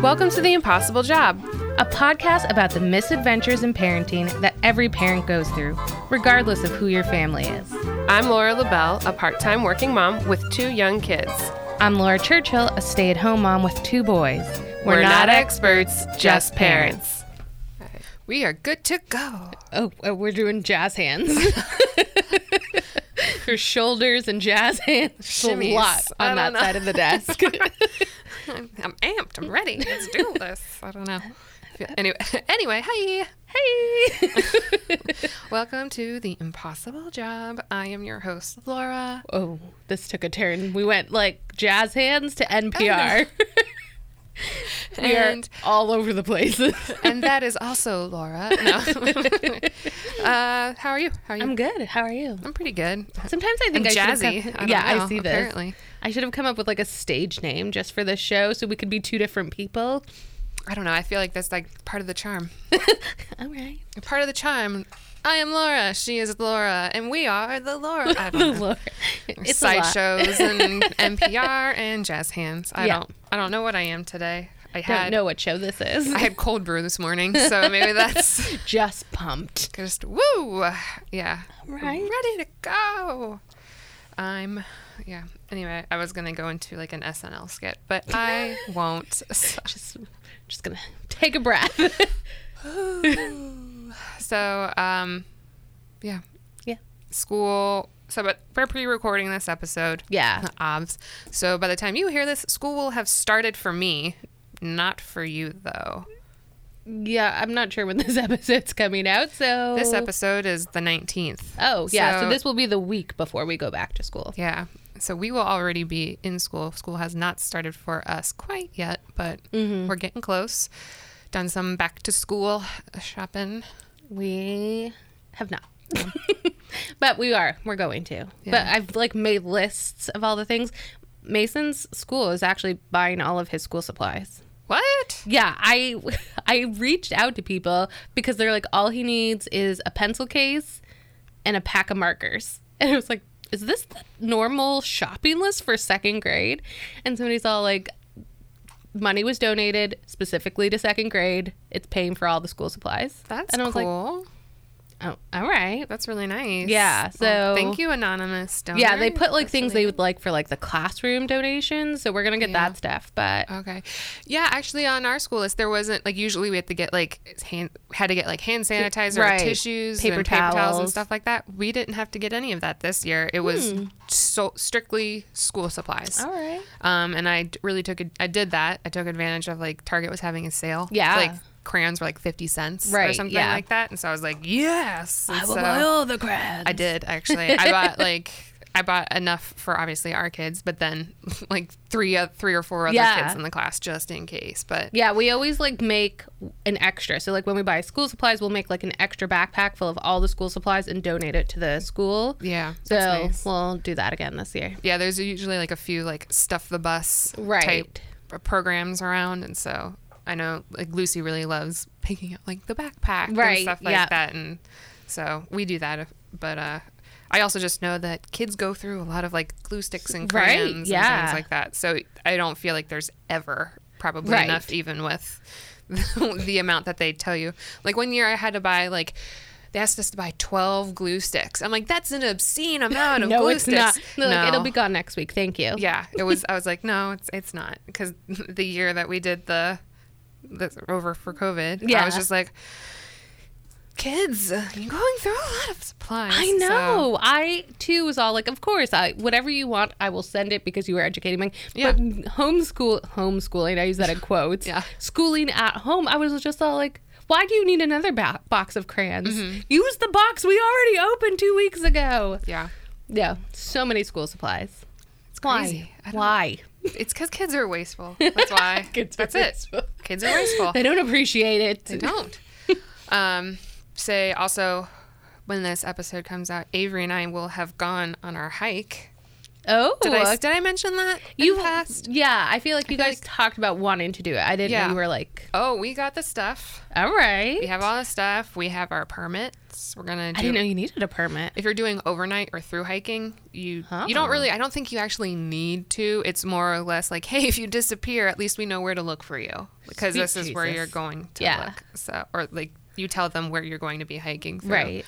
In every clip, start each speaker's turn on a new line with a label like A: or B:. A: Welcome to The Impossible Job.
B: a podcast about the misadventures in parenting that every parent goes through, regardless of who your family is.
A: I'm Laura LaBelle, a part time working mom with two young kids.
B: I'm Laura Churchill, a stay at home mom with two boys.
A: experts,
B: just parents.
A: We are good to go.
B: Oh, uh, we're doing jazz hands. Her shoulders and jazz hands. It's A
A: Shimmies.
B: lot
A: I
B: on that
A: don't know.
B: side of the desk.
A: I'm, I'm amped. I'm ready. Let's do this. I don't know. Anyway, anyway, hi.
B: hey.
A: Welcome to The Impossible Job. I am your host, Laura.
B: oh, this took a turn. We went like jazz hands to NPR. we are
A: And-
B: all over the places.
A: And that is also Laura. No. uh, how are you? How are you?
B: I'm good. How are you?
A: I'm pretty good.
B: Sometimes I think
A: I'm
B: I should
A: jazzy.
B: have
A: I don't
B: yeah,
A: know,
B: I see this.
A: apparently.
B: I should have come up with like a stage name just for this show, so we could be two different people.
A: I don't know. I feel like that's like part of the charm.
B: All right,
A: Part of the charm. I am Laura. She is Laura, and we are the Laura. I don't know.
B: the Lord. It's a lot.
A: Sideshows and NPR and jazz hands. I
B: Yeah.
A: don't. I don't know what I am today. I
B: I
A: had.
B: don't know what show this is.
A: I had cold brew this morning, so maybe that's
B: just pumped.
A: just woo. Yeah.
B: Right.
A: Ready to go. I'm. Yeah. Anyway, I was gonna go into like an SNL skit, but I won't. So-
B: Just, just gonna take a breath.
A: So, um, yeah.
B: Yeah.
A: School. So, but we're pre-recording this episode.
B: Yeah.
A: Obs. So by the time you hear this, school will have started for me, not for you though.
B: yeah, I'm not sure when this episode's coming out, so
A: This episode is the 19th.
B: Oh yeah, so,
A: So-
B: this will be the week before we go back to school.
A: Yeah. So we will already be in school. School has not started for us quite yet, but
B: Mm-hmm.
A: we're getting close. Done some back to school shopping.
B: We have not. but we are. We're going to. But
A: Yeah.
B: I've like made lists of all the things. Mason's school is actually buying all of his school supplies.
A: What?
B: Yeah, I I reached out to people because they're like all he needs is a pencil case and a pack of markers. And I was like, is this the normal shopping list for second grade? And somebody's all like money was donated specifically to second grade. It's paying for all the school supplies.
A: That's
B: and I was like,
A: cool.
B: Oh, all right.
A: That's really nice.
B: Yeah,
A: Well,
B: so-
A: thank you, anonymous donor.
B: Yeah, they put like
A: That's
B: things
A: really-
B: they would like for like the classroom donations. So we're gonna get
A: Yeah.
B: that stuff. But
A: Okay. Yeah, actually, on our school list, there wasn't like usually we had to get like hand had to get like hand sanitizer,
B: Right.
A: tissues,
B: Paper
A: and paper towels and
B: towels. Hmm.
A: stuff like that. We didn't have to get any of that this year. It was so strictly school supplies.
B: all right.
A: Um, and I d- really took ad- I did that. I took advantage of like Target was having a sale.
B: Yeah.
A: Like crayons were like fifty cents or
B: Right,
A: something
B: yeah.
A: like that, and so I was like, yes. And
B: I will
A: Oh, so-
B: buy all the crabs.
A: I did actually. I bought like I bought enough for obviously our kids, but then like three uh, three or four other
B: Yeah.
A: kids in the class just in case. But
B: Yeah, we always like make an extra. So like when we buy school supplies, we'll make like an extra backpack full of all the school supplies and donate it to the school.
A: yeah,
B: So
A: that's nice.
B: we'll do that again this year.
A: yeah, there's usually like a few like stuff the bus
B: Right.
A: type programs around, and so I know like Lucy really loves picking out like the backpack and
B: Right,
A: stuff like
B: yeah.
A: that, and so we do that. if- But uh, I also just know that kids go through a lot of like glue sticks and
B: Right,
A: crayons and
B: yeah.
A: things like that, so I don't feel like there's ever probably
B: Right.
A: enough even with the amount that they tell you. Like one year I had to buy like. They asked us to buy 12 glue sticks. I'm like, that's an obscene amount of glue sticks.
B: They're like, it'll be gone next week. Thank you.
A: Yeah, it was. I was like, no, it's it's not because the year that we did the that's over for COVID, I
B: Yeah.
A: was just like, kids, you're going through a lot of supplies.
B: I
A: So,
B: know.
A: um,
B: I too was all like, of course, I whatever you want, I will send it because you were educating me.
A: Yeah.
B: But homeschool homeschooling, I use that in quotes.
A: Yeah.
B: Schooling at home, I was just all like, why do you need another ba- box of crayons? Use the box we already opened two weeks ago.
A: Mm-hmm. yeah,
B: Yeah, so many school supplies. It's
A: crazy. I
B: Why?
A: don't-
B: Why?
A: it's because kids are wasteful. That's why.
B: Kids are
A: that's it.
B: wasteful.
A: Kids are wasteful.
B: They don't appreciate it.
A: They don't. um, say also, when this episode comes out, Avery and I will have gone on our hike.
B: Oh,
A: Did I did I mention that? in
B: you
A: the past?
B: Yeah, I feel like you
A: feel
B: guys
A: like-
B: talked about wanting to do it. I didn't
A: Yeah.
B: know you were like,
A: Oh, we got the stuff.
B: all right.
A: We have all the stuff. We have our permits. We're gonna. Do,
B: I didn't know you needed a permit.
A: If you're doing overnight or through hiking, you you don't really. I don't think you actually need to. It's more or less like, hey, if you disappear, at least we know where to look for you because
B: Sweet
A: this is where
B: Jesus.
A: you're going to
B: Yeah.
A: look. So or like you tell them where you're going to be hiking. Through.
B: Right.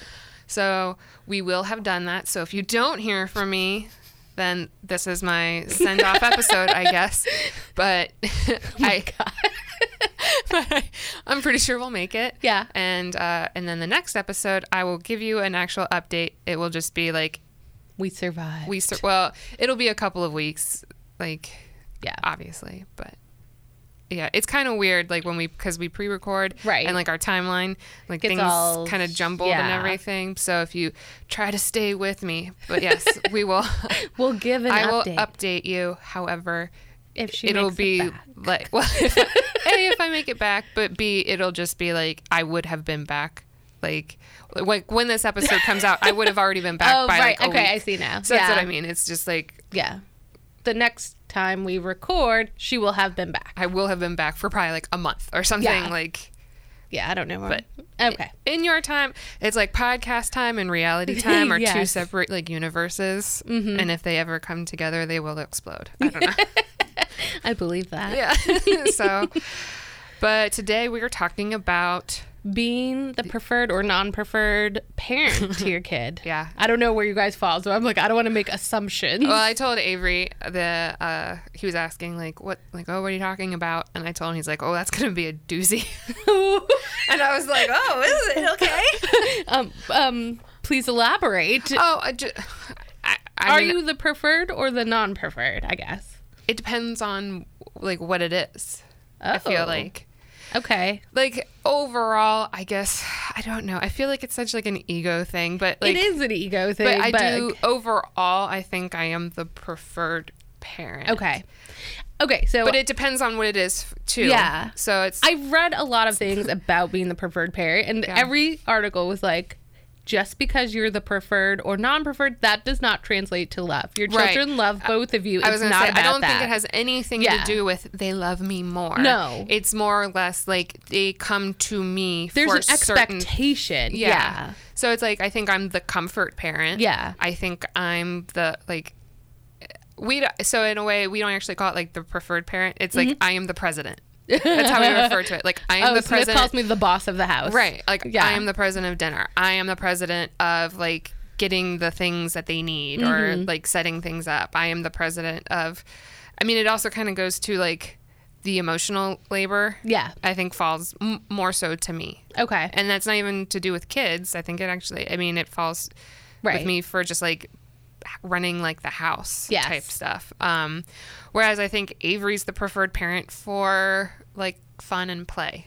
A: So we will have done that. So if you don't hear from me, then this is my send off episode, I guess. But
B: Oh
A: I, I'm pretty sure we'll make it.
B: Yeah.
A: And uh, and then the next episode, I will give you an actual update. It will just be like
B: We survived.
A: we sur- well, it'll be a couple of weeks, like
B: yeah.
A: obviously, but. Yeah, it's kind of weird, like when we because we pre-record,
B: Right.
A: And like our timeline, like
B: Gets
A: things
B: all-
A: kind of jumbled and
B: yeah.
A: everything. So if you try to stay with me, but yes, we will.
B: We'll give an
A: I will
B: update
A: update you. However,
B: if she
A: it'll
B: makes it
A: be
B: back.
A: like well if I, a if I make it back, but b it'll just be like I would have been back. Like like when this episode comes out, I would have already been back
B: Oh,
A: by
B: right.
A: like a
B: okay, I
A: week.
B: see now.
A: So
B: yeah.
A: that's what I mean. It's just like
B: Yeah. The next time we record, she will have been back.
A: I will have been back for probably like a month or something.
B: Yeah.
A: Like
B: Yeah, I don't know.
A: But-
B: okay.
A: in your time, it's like podcast time and reality time are two
B: Yes. Mm-hmm.
A: separate like universes. And if they ever come together, they will explode. I don't know.
B: I believe that.
A: yeah. so, but today we are talking about
B: Being the preferred or non preferred parent to your kid.
A: Yeah.
B: I don't know where you guys fall, so I'm like, I don't want to make assumptions.
A: Well, I told Avery the uh, he was asking like what like oh what are you talking about? And I told him he's like oh that's gonna be a doozy, and I was like oh is it okay?
B: um, um, please elaborate.
A: oh, I ju- I, I
B: Are
A: mean,
B: you the preferred or the non preferred? I guess.
A: It depends on like what it is. I feel
B: Oh.
A: like
B: Okay.
A: like overall I guess I don't know. I feel like it's such like an ego thing, but like
B: it is an ego thing.
A: but I do overall I think I am the preferred parent.
B: Okay. Okay. So
A: But it depends on what it is f- too.
B: Yeah.
A: So it's
B: I've read a lot of things about being the preferred parent, and
A: Yeah.
B: every article was like, just because you're the preferred or non-preferred, that does not translate to love. Your
A: Right.
B: children love both of you.
A: I was gonna
B: it's not
A: say,
B: about
A: I don't
B: that.
A: think it has anything
B: Yeah.
A: to do with they love me more.
B: No.
A: it's more or less like they come to me.
B: There's
A: for
B: an
A: certain-
B: expectation.
A: yeah.
B: yeah.
A: So it's like I think I'm the comfort parent.
B: Yeah.
A: I think I'm the like. We d- so in a way we don't actually call it like the preferred parent. It's like I am the president. That's how we refer to it. Like I am
B: Mm-hmm. Oh,
A: the
B: Smith
A: president.
B: calls me the boss of the house.
A: Right. Like
B: Yeah.
A: I am the president of dinner. I am the president of like getting the things that they need or
B: Mm-hmm.
A: like setting things up. I am the president of I mean it also kind of goes to like the emotional labor.
B: Yeah.
A: I think falls m- more so to me.
B: Okay.
A: And that's not even to do with kids. I think it actually I mean it falls
B: Right.
A: with me for just like running like the house
B: Yes.
A: type stuff. Um whereas I think Avery's the preferred parent for like fun and play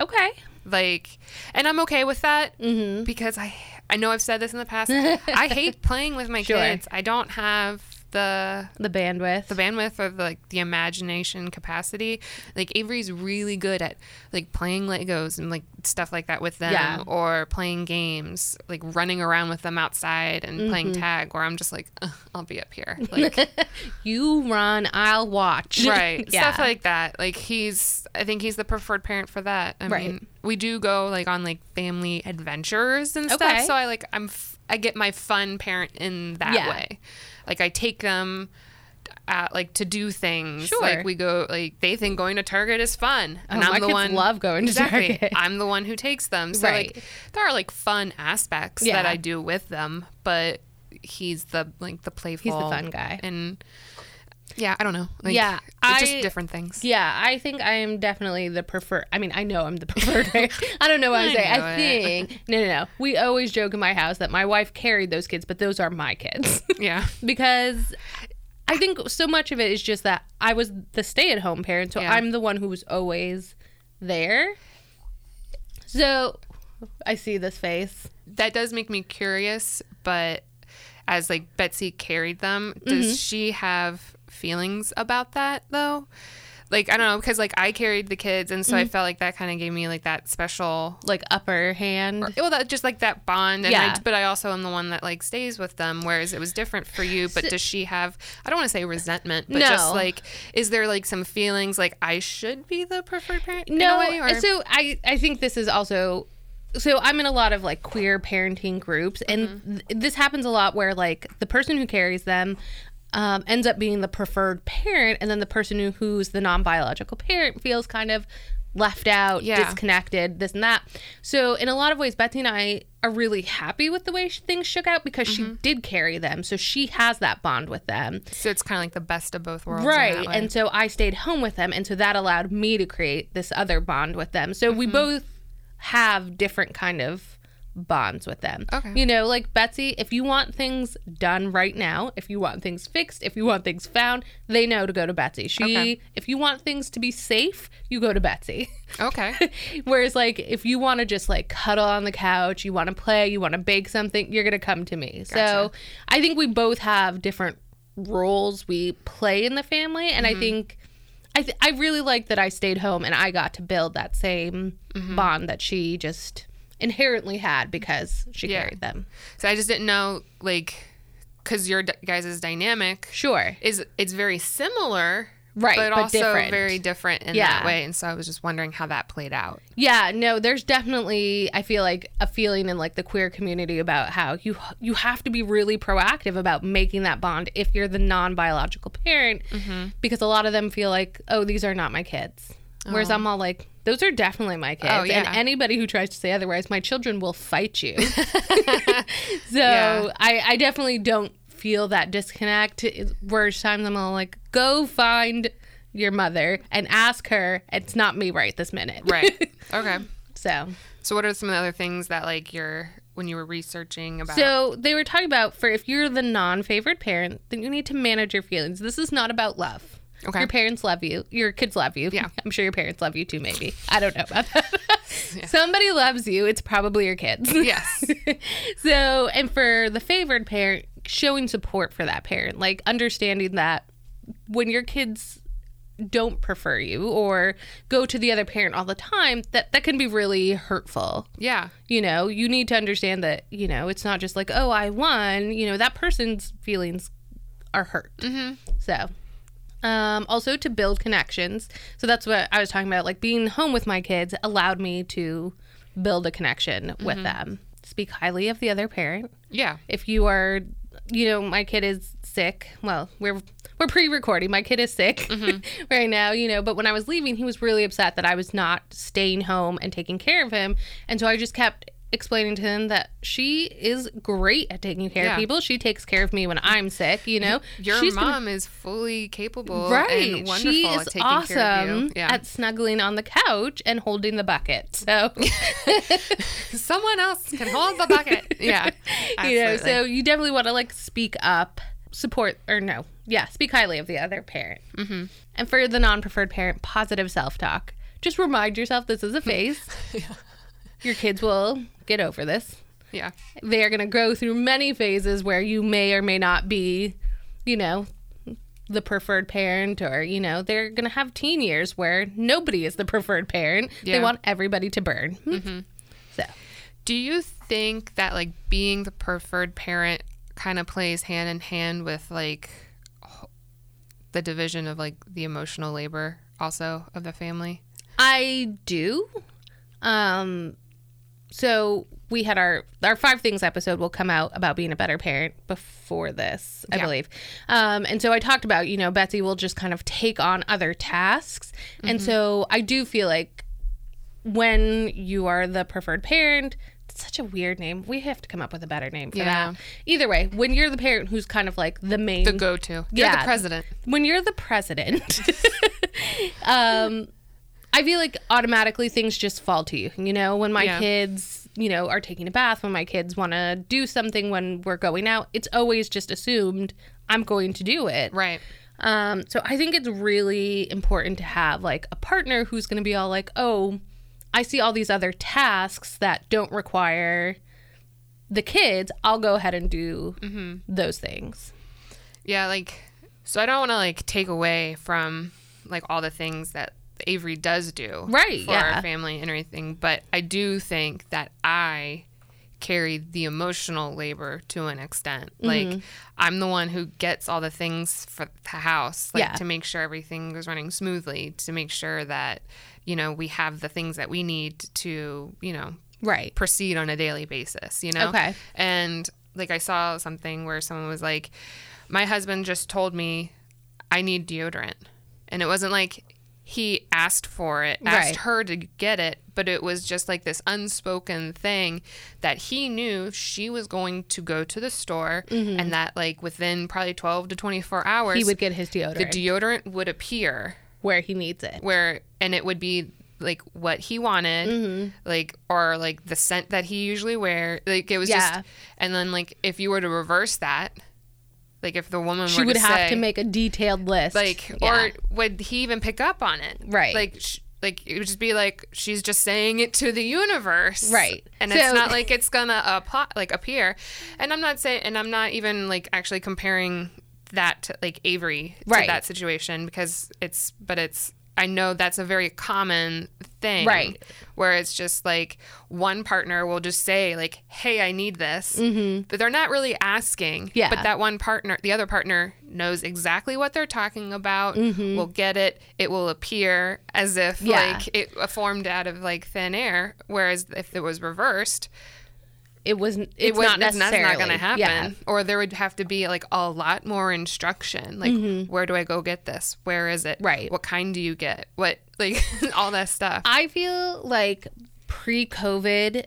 B: Okay.
A: like and i'm okay with that
B: Mm-hmm.
A: because i i know i've said this in the past i hate playing with my
B: Sure.
A: kids i don't have the
B: The bandwidth.
A: the bandwidth or the, like the imagination capacity like avery's really good at like playing legos and like stuff like that with them
B: Yeah.
A: or playing games like running around with them outside and playing
B: Mm-hmm.
A: tag where i'm just like "Ugh, i'll be up here like
B: you run, I'll watch.
A: right
B: yeah.
A: stuff like that like he's i think he's the preferred parent for that i
B: Right.
A: mean we do go like on like family adventures and stuff
B: Okay.
A: so i like i'm f- i get my fun parent in that
B: Yeah.
A: way like i take them at, like to do things
B: Sure.
A: like we go like they think going to target is fun and
B: Oh,
A: i'm
B: my
A: the
B: kids
A: one
B: love going to
A: exactly
B: Target.
A: i'm the one who takes them so
B: Right.
A: like there are like fun aspects
B: Yeah.
A: that i do with them but he's the like the playful
B: fun guy.
A: and yeah i don't know like,
B: Yeah,
A: it's just
B: I-
A: different things.
B: Yeah, I think I am definitely the preferred. I mean, I know I'm the preferred. I don't know what I'm
A: I
B: saying.
A: know
B: I
A: it.
B: think no, no, no. We always joke in my house that my wife carried those kids, but those are my kids
A: Yeah.
B: because I think so much of it is just that I was the stay-at-home parent, so
A: Yeah.
B: I'm the one who was always there. So I see this face.
A: That does make me curious, but as like
B: Mm-hmm.
A: Betsy carried them, does she have feelings about that though? like I don't know because like I carried the kids, and
B: Mm-hmm.
A: so I felt like that kind of gave me like that special.
B: like upper hand.
A: Well, that just like that bond, and
B: Yeah.
A: I, but I also am the one that like stays with them. Whereas it was different for you. But does she have? I don't want to say resentment, but
B: No.
A: just like, is there like some feelings like I should be the preferred parent?
B: no
A: in a way, or-
B: so i i think this is also so i'm in a lot of like queer parenting groups and
A: Mm-hmm.
B: th- this happens a lot where like the person who carries them um, ends up being the preferred parent and then the person who, who's the non-biological parent feels kind of left out
A: Yeah.
B: disconnected this and that so in a lot of ways betsy and i are really happy with the way sh- things shook out because she
A: Mm-hmm.
B: did carry them so she has that bond with them
A: So it's kind of like the best of both worlds, in that
B: right
A: way.
B: and so i stayed home with them and so that allowed me to create this other bond with them so
A: Mm-hmm.
B: we both have different kind of bonds with them
A: Okay.
B: you know like betsy if you want things done right now if you want things fixed if you want things found they know to go to betsy she
A: Okay.
B: if you want things to be safe you go to betsy
A: okay,
B: Whereas, like, if you want to just like cuddle on the couch, you want to play, you want to bake something, you're going to come to me. So
A: Gotcha.
B: I think we both have different roles we play in the family. And
A: Mm-hmm.
B: I think I, th- I really like that I stayed home and I got to build that same
A: Mm-hmm.
B: bond that she just inherently had because she
A: Yeah.
B: carried them.
A: so I just didn't know like because your d- guys' dynamic
B: Sure.
A: is it's very similar
B: Right,
A: but,
B: but
A: also
B: different.
A: very different in
B: Yeah.
A: that way and so i was just wondering how that played out
B: Yeah, no, there's definitely I feel like a feeling in like the queer community about how you you have to be really proactive about making that bond if you're the non-biological parent
A: Mm-hmm.
B: because a lot of them feel like, "Oh, these are not my kids." Whereas I'm all like, "Those are definitely my kids."
A: Oh, yeah.
B: And anybody who tries to say otherwise, my children will fight you. so,
A: Yeah.
B: I I definitely don't feel that disconnect. Worst times I'm all like, "Go find your mother and ask her. It's not me right this minute."
A: right okay
B: So,
A: so what are some of the other things that like you're when you were researching about
B: so they were talking about for if you're the non-favored parent, then you need to manage your feelings. This is not about love.
A: Okay.
B: Your parents love you. Your kids love you.
A: Yeah.
B: I'm sure your parents love you too. Maybe I don't know about that. Somebody loves you. It's probably your kids.
A: yes
B: so, and for the favored parent, showing support for that parent, like understanding that when your kids don't prefer you or go to the other parent all the time, that that can be really hurtful
A: yeah
B: you know you need to understand that you know it's not just like oh i won you know that person's feelings are hurt so um, also to build connections so that's what i was talking about like being home with my kids allowed me to build a connection with them speak highly of the other parent
A: yeah
B: if you are you know my kid is sick well we're we're pre-recording my kid is sick
A: Mm-hmm.
B: right now you know but when i was leaving he was really upset that i was not staying home and taking care of him and so i just kept explaining to him that she is great at taking care of
A: Yeah.
B: people she takes care of me when i'm sick you know
A: your
B: She's gonna-
A: mom is fully capable
B: Right.
A: and wonderful
B: she is
A: at taking
B: awesome
A: care of you. Yeah.
B: at snuggling on the couch and holding the bucket. So
A: Someone else can hold the bucket. Yeah.
B: you know
A: absolutely.
B: so you definitely want to like speak up support or no yeah speak highly of the other parent mm-hmm. and for the non-preferred parent positive self-talk just remind yourself this is a phase your kids will get over this
A: yeah.
B: they are going to go through many phases where you may or may not be you know the preferred parent or you know they're going to have teen years where nobody is the preferred parent they
A: Yeah. Mm-hmm.
B: want everybody to burn so
A: Do you think that like being the preferred parent kind of plays hand in hand with like ho- the division of like the emotional labor also of the family?
B: I do. Um, so we had our our five things episode will come out about being a better parent before this, I
A: Yeah.
B: believe. Um, and so I talked about you know Betsy will just kind of take on other tasks,
A: Mm-hmm.
B: and so I do feel like when you are the preferred parent. it's Such a weird name. We have to come up with a better name for
A: Yeah.
B: that. Either way, when you're the parent who's kind of like the main
A: The go-to. You're
B: Mm. Yeah.
A: the president.
B: when you're the president, um, I feel like automatically things just fall to you. You know, when my
A: Yeah.
B: kids, you know, are taking a bath, when my kids want to do something, when we're going out, it's always just assumed I'm going to do it.
A: Right.
B: Um, so I think it's really important to have like a partner who's going to be all like, oh, I see all these other tasks that don't require the kids. I'll go ahead and do
A: Mm-hmm.
B: those things.
A: Yeah, like so I don't want to like take away from like all the things that Avery does do
B: Right,
A: for
B: yeah.
A: our family and everything, but I do think that I carry the emotional labor to an extent.
B: Mm-hmm.
A: Like I'm the one who gets all the things for the house, like
B: Yeah.
A: to make sure everything is running smoothly, to make sure that you know we have the things that we need to you know
B: Right.
A: proceed on a daily basis, you know?
B: Okay.
A: And like I saw something where someone was like, My husband just told me I need deodorant. And it wasn't like he asked for it, asked
B: Right.
A: her to get it, but it was just like this unspoken thing that he knew she was going to go to the store and that like within probably 12 to 24 hours
B: Mm-hmm. He would get his
A: the
B: deodorant
A: deodorant would appear
B: where he needs it.
A: where and it would be like what he wanted
B: Mm-hmm.
A: like or like the scent that he usually wear like it was
B: Yeah.
A: just and then like if you were to reverse that like if the woman
B: She
A: were
B: would
A: to
B: have
A: say,
B: to make a detailed list.
A: like
B: Yeah.
A: or would he even pick up on it
B: Right.
A: like sh- like it would just be like she's just saying it to the universe
B: Right.
A: and
B: So-
A: it's not like it's gonna apply, like appear and i'm not saying and i'm not even like actually comparing that to like avery
B: Right.
A: to that situation because it's but it's i know that's a very common thing
B: Right.
A: where it's just like one partner will just say like hey i need this
B: Mm-hmm.
A: but they're not really asking
B: Yeah.
A: but that one partner the other partner knows exactly what they're talking about will get it it will appear as if
B: Mm-hmm. Yeah.
A: like it uh, formed out of like thin air whereas if it was reversed
B: it wasn't. It's
A: it was not
B: not
A: that's
B: necessarily.
A: not going to happen
B: Yeah.
A: or there would have to be like a lot more instruction like where do i go get this where is it
B: Mm-hmm. Right.
A: what kind do you get what like all that stuff
B: I feel like pre COVID,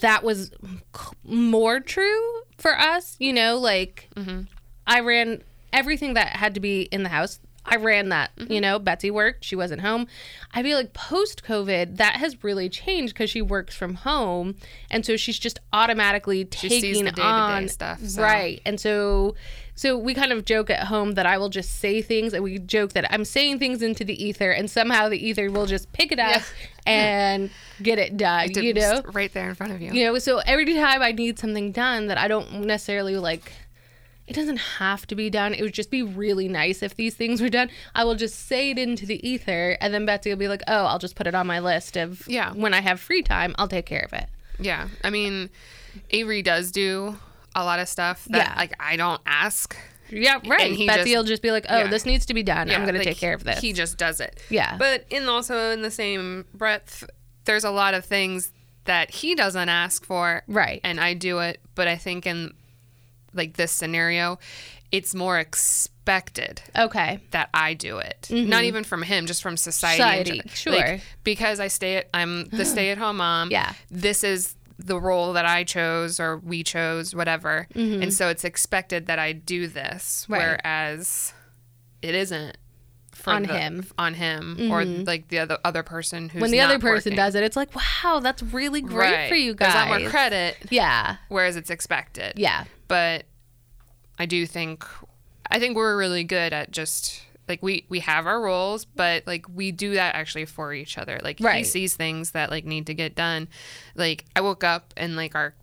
B: that was c- more true for us. You know, like
A: Mm-hmm.
B: I ran everything that had to be in the house. I ran that.
A: Mm-hmm.
B: You know, Betsy worked, she wasn't home. I feel like post COVID, that has really changed because she works from home. And so she's just automatically taking
A: sees the day-to-day
B: on
A: stuff, so.
B: Right. And so. So we kind of joke at home that I will just say things, and we joke that I'm saying things into the ether, and somehow the ether will just pick it up
A: Yeah.
B: and get it done,
A: Did-
B: you know?
A: right there in front of you
B: You know, so every time I need something done that I don't necessarily like, it doesn't have to be done. It would just be really nice if these things were done. I will just say it into the ether, and then Betsy will be like, oh, I'll just put it on my list of
A: Yeah.
B: when I have free time, I'll take care of it.
A: Yeah. I mean, Avery does do a lot of stuff that
B: Yeah.
A: like I don't ask.
B: Yeah, right.
A: And he
B: Betsy
A: just-
B: will just be like, oh,
A: yeah.
B: this needs to be done. I'm
A: Yeah,
B: going
A: like,
B: to take care of this.
A: He just does it.
B: Yeah.
A: But in also in the same breath, there's a lot of things that he doesn't ask for.
B: Right.
A: And I do it, but I think in like this scenario, it's more expected
B: okay.
A: that I do it. Not even from him, just from society. in
B: Mm-hmm. Society,
A: general. Like,
B: sure.
A: because I stay at I'm the stay at home mom.
B: Yeah.
A: This is the role that I chose or we chose, whatever. And so it's expected that I do this.
B: Mm-hmm. Right.
A: Whereas it isn't for
B: On
A: the-
B: him. Mm-hmm.
A: On him. Or like the other other person who's
B: When the other
A: not
B: person
A: working.
B: does it, it's like, wow, that's really great
A: Right.
B: for you
A: There's
B: guys.
A: a lot more credit,
B: Yeah.
A: whereas it's expected
B: Yeah.
A: but I do think I think we're really good at just like we we have our roles, but like we do that actually for each other. Like he
B: Right.
A: sees things that like need to get done. Like I woke up and like our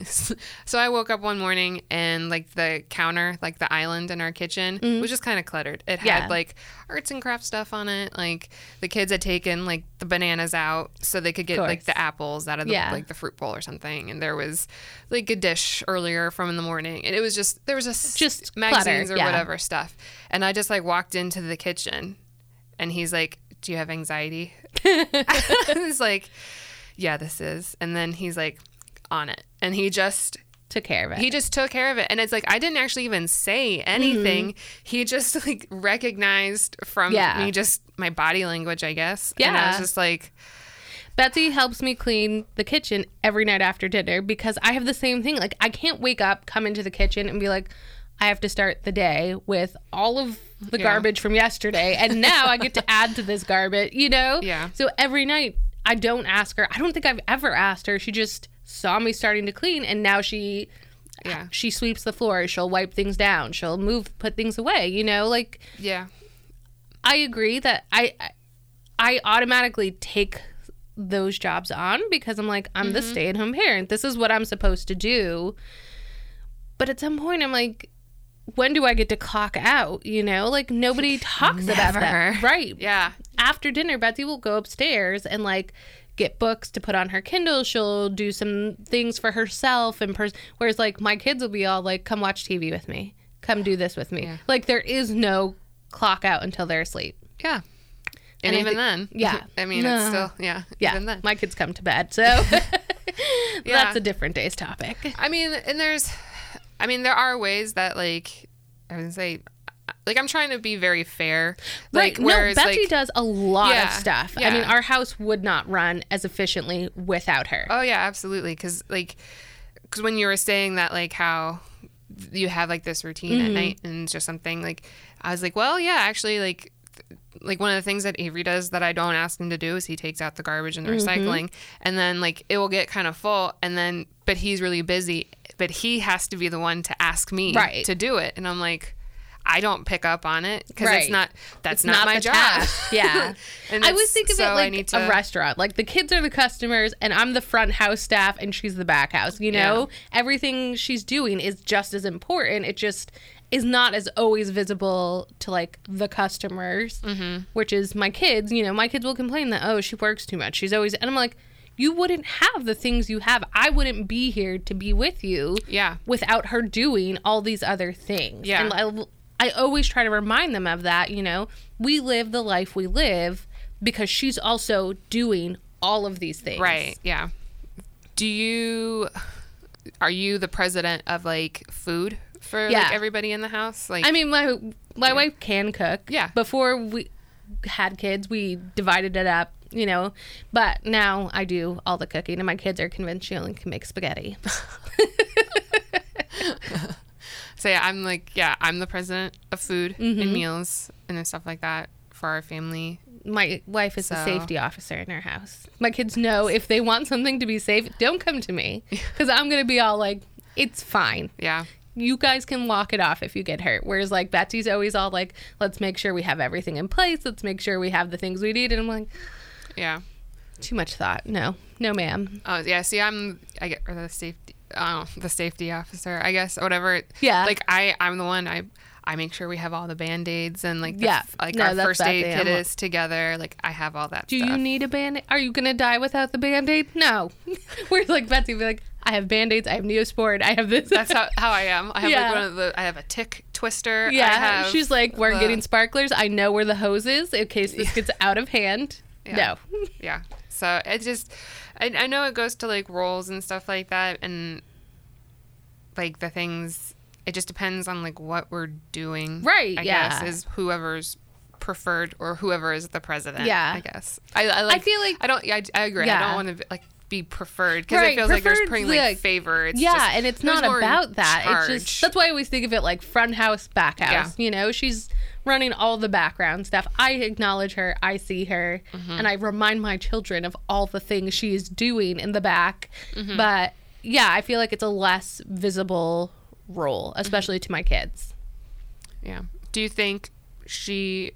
A: so I woke up one morning and like the counter, like the island in our kitchen was just kind of cluttered. It had
B: Mm-hmm. Yeah.
A: like arts and crafts stuff on it. Like the kids had taken like the bananas out so they could get like
B: course.
A: the apples out of the,
B: Yeah.
A: like the fruit bowl or something. And there was like a dish earlier from in the morning, and it was just there was just
B: Just
A: magazines
B: clutter,
A: or
B: yeah.
A: whatever stuff. And I just like walked into the kitchen, and he's like, "Do you have anxiety?" I was like, "Yeah, this is." And then he's like, "On it," and he just
B: Took care of it.
A: he just took care of it. And it's like I didn't actually even say anything. He just like recognized from
B: Mm-hmm. Yeah.
A: me just my body language, I guess. And I was
B: Yeah.
A: just like,
B: Betsy helps me clean the kitchen every night after dinner because I have the same thing. Like I can't wake up, come into the kitchen and be like, I have to start the day with all of the
A: Yeah.
B: garbage from yesterday and now I get to add to this garbage, you know?
A: Yeah.
B: So every night I don't ask her. I don't think I've ever asked her. She just saw me starting to clean and now she
A: yeah.
B: she sweeps the floor, she'll wipe things down, she'll move put things away, you know? Like
A: Yeah.
B: I agree that I I automatically take those jobs on because I'm like I'm the stay-at-home parent. This is what I'm supposed to do. But at some point I'm like when do I get to clock out? You know, like nobody talks about that.
A: Never.
B: Right.
A: Yeah.
B: After dinner, Betsy will go upstairs and like get books to put on her Kindle. She'll do some things for herself and person. Whereas like my kids will be all like, come watch TV with me. Come do this with me. Like there is no clock out until they're asleep.
A: Yeah. And,
B: I
A: even
B: thi-
A: then,
B: yeah.
A: I mean, it's
B: No.
A: still, yeah,
B: Yeah.
A: Even then,
B: My kids come to bed. So
A: Yeah.
B: that's a different day's topic.
A: I mean, and there's, I mean, there are ways that like I would say, like I'm trying to be very fair, like
B: Like, no,
A: whereas
B: Betsy
A: like,
B: does a lot
A: Yeah,
B: of stuff. I
A: yeah.
B: mean, our house would not run as efficiently without her.
A: oh yeah, absolutely, because like, because when you were saying that, like how you have like this routine
B: Mm-hmm.
A: at night and it's just something like, I was like, well, yeah, actually, like. th- Like one of the things that Avery does that I don't ask him to do is he takes out the garbage and the
B: Mm-hmm.
A: recycling, and then like it will get kind of full, and then but he's really busy, but he has to be the one to ask me
B: Right.
A: to do it, and I'm like, I don't pick up on it because
B: Right.
A: it's not that's
B: It's
A: not,
B: not
A: my
B: the
A: job.
B: task. Yeah.
A: and
B: I always
A: it's-
B: think of
A: so
B: it
A: I
B: like
A: need to,
B: a restaurant. Like the kids are the customers, and I'm the front house staff, and she's the back house. You know, everything she's doing is just as important. It just is not as always visible to like the customers,
A: Mm-hmm.
B: which is my kids. You know, my kids will complain that oh she works too much. She's always, and I'm like. You wouldn't have the things you have. I wouldn't be here to be with you
A: Yeah.
B: without her doing all these other things.
A: Yeah.
B: And I, I always try to remind them of that, you know, we live the life we live because she's also doing all of these things.
A: Right. Yeah. Do you are you the president of like food for
B: Yeah.
A: like everybody in the house? Like
B: I mean, my my wife can cook.
A: Yeah.
B: Before we had kids, we divided it up, you know, but now I do all the cooking and my kids are convinced she only can make spaghetti.
A: so yeah, I'm like yeah, I'm the president of food
B: Mm-hmm.
A: and meals and then stuff like that for our family.
B: my wife is a
A: So-
B: safety officer in our house. My kids know if they want something to be safe, don't come to me because I'm going to be all like, it's fine.
A: Yeah.
B: You guys can walk it off if you get hurt. Whereas, like, Betsy's always all like, let's make sure we have everything in place. Let's make sure we have the things we need. And I'm like,
A: Yeah.
B: too much thought. No, no, ma'am.
A: Oh yeah. See, I'm I get or the safety. Oh, the safety officer. I guess whatever.
B: Yeah.
A: Like I, I'm the one. I, I make sure we have all the band aids and like the,
B: Yeah.
A: yeah, like
B: No,
A: our
B: that's
A: first
B: that
A: aid
B: thing.
A: kit
B: I'm like-
A: is together. Like I have all that.
B: Do
A: stuff.
B: you need a band aid? Are you going to die without the band aid? No. Whereas, like, Betsy would be like, I have band aids. I have Neosporin. I have this.
A: That's how, how I am. I have
B: Yeah.
A: like one of the. I have a tick twister. I
B: Yeah,
A: have-
B: she's like, we're
A: the-
B: getting sparklers. I know where the hose is in case this gets out of hand.
A: Yeah.
B: No.
A: yeah. So it just, I, I know it goes to like roles and stuff like that, and like the things. It just depends on like what we're doing.
B: Right,
A: I
B: yeah.
A: guess is whoever's preferred or whoever is the president.
B: Yeah.
A: I guess. I, I like.
B: feel like-
A: I don't. I, I agree. I
B: Yeah.
A: don't want to like be preferred because
B: Right,
A: it feels like there's
B: preferred's
A: putting like,
B: like-
A: favor. It's
B: yeah,
A: just-
B: and it's
A: who's
B: not
A: more in
B: about that. It's just
A: charge.
B: that's why I always think of it like front house, back house. You know, she's running all the background stuff. I acknowledge her, I see her,
A: Mm-hmm.
B: and I remind my children of all the things she is doing in the back.
A: Mm-hmm.
B: But yeah, I feel like it's a less visible role, especially to my kids.
A: Yeah. Do you think she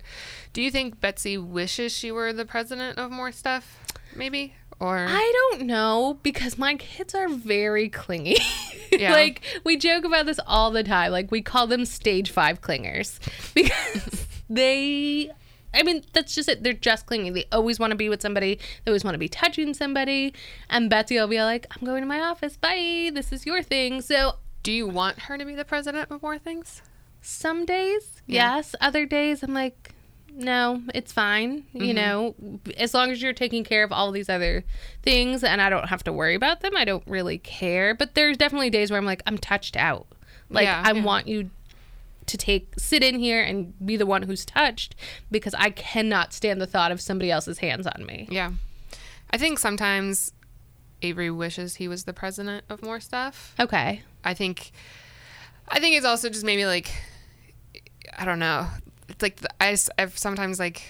A: do you think Betsy wishes she were the president of more stuff? Maybe? Or
B: I don't know because my kids are very clingy.
A: Yeah.
B: like we joke about this all the time. Like we call them stage five clingers because they. I mean, that's just it. They're just clingy. They always want to be with somebody. They always want to be touching somebody. And Betsy will be like, "I'm going to my office. Bye. This is your thing." So
A: do you want her to be the president of more things?
B: some days,
A: Yeah.
B: yes. Other days, I'm like, no, it's fine.
A: Mm-hmm.
B: You know, as long as you're taking care of all these other things and I don't have to worry about them, I don't really care. But there's definitely days where I'm like, I'm touched out. Like,
A: Yeah,
B: I
A: yeah.
B: want you to take sit in here and be the one who's touched because I cannot stand the thought of somebody else's hands on me.
A: Yeah. I think sometimes Avery wishes he was the president of more stuff.
B: Okay.
A: I think I think it's also just maybe like I don't know. It's like the- I s- I've sometimes like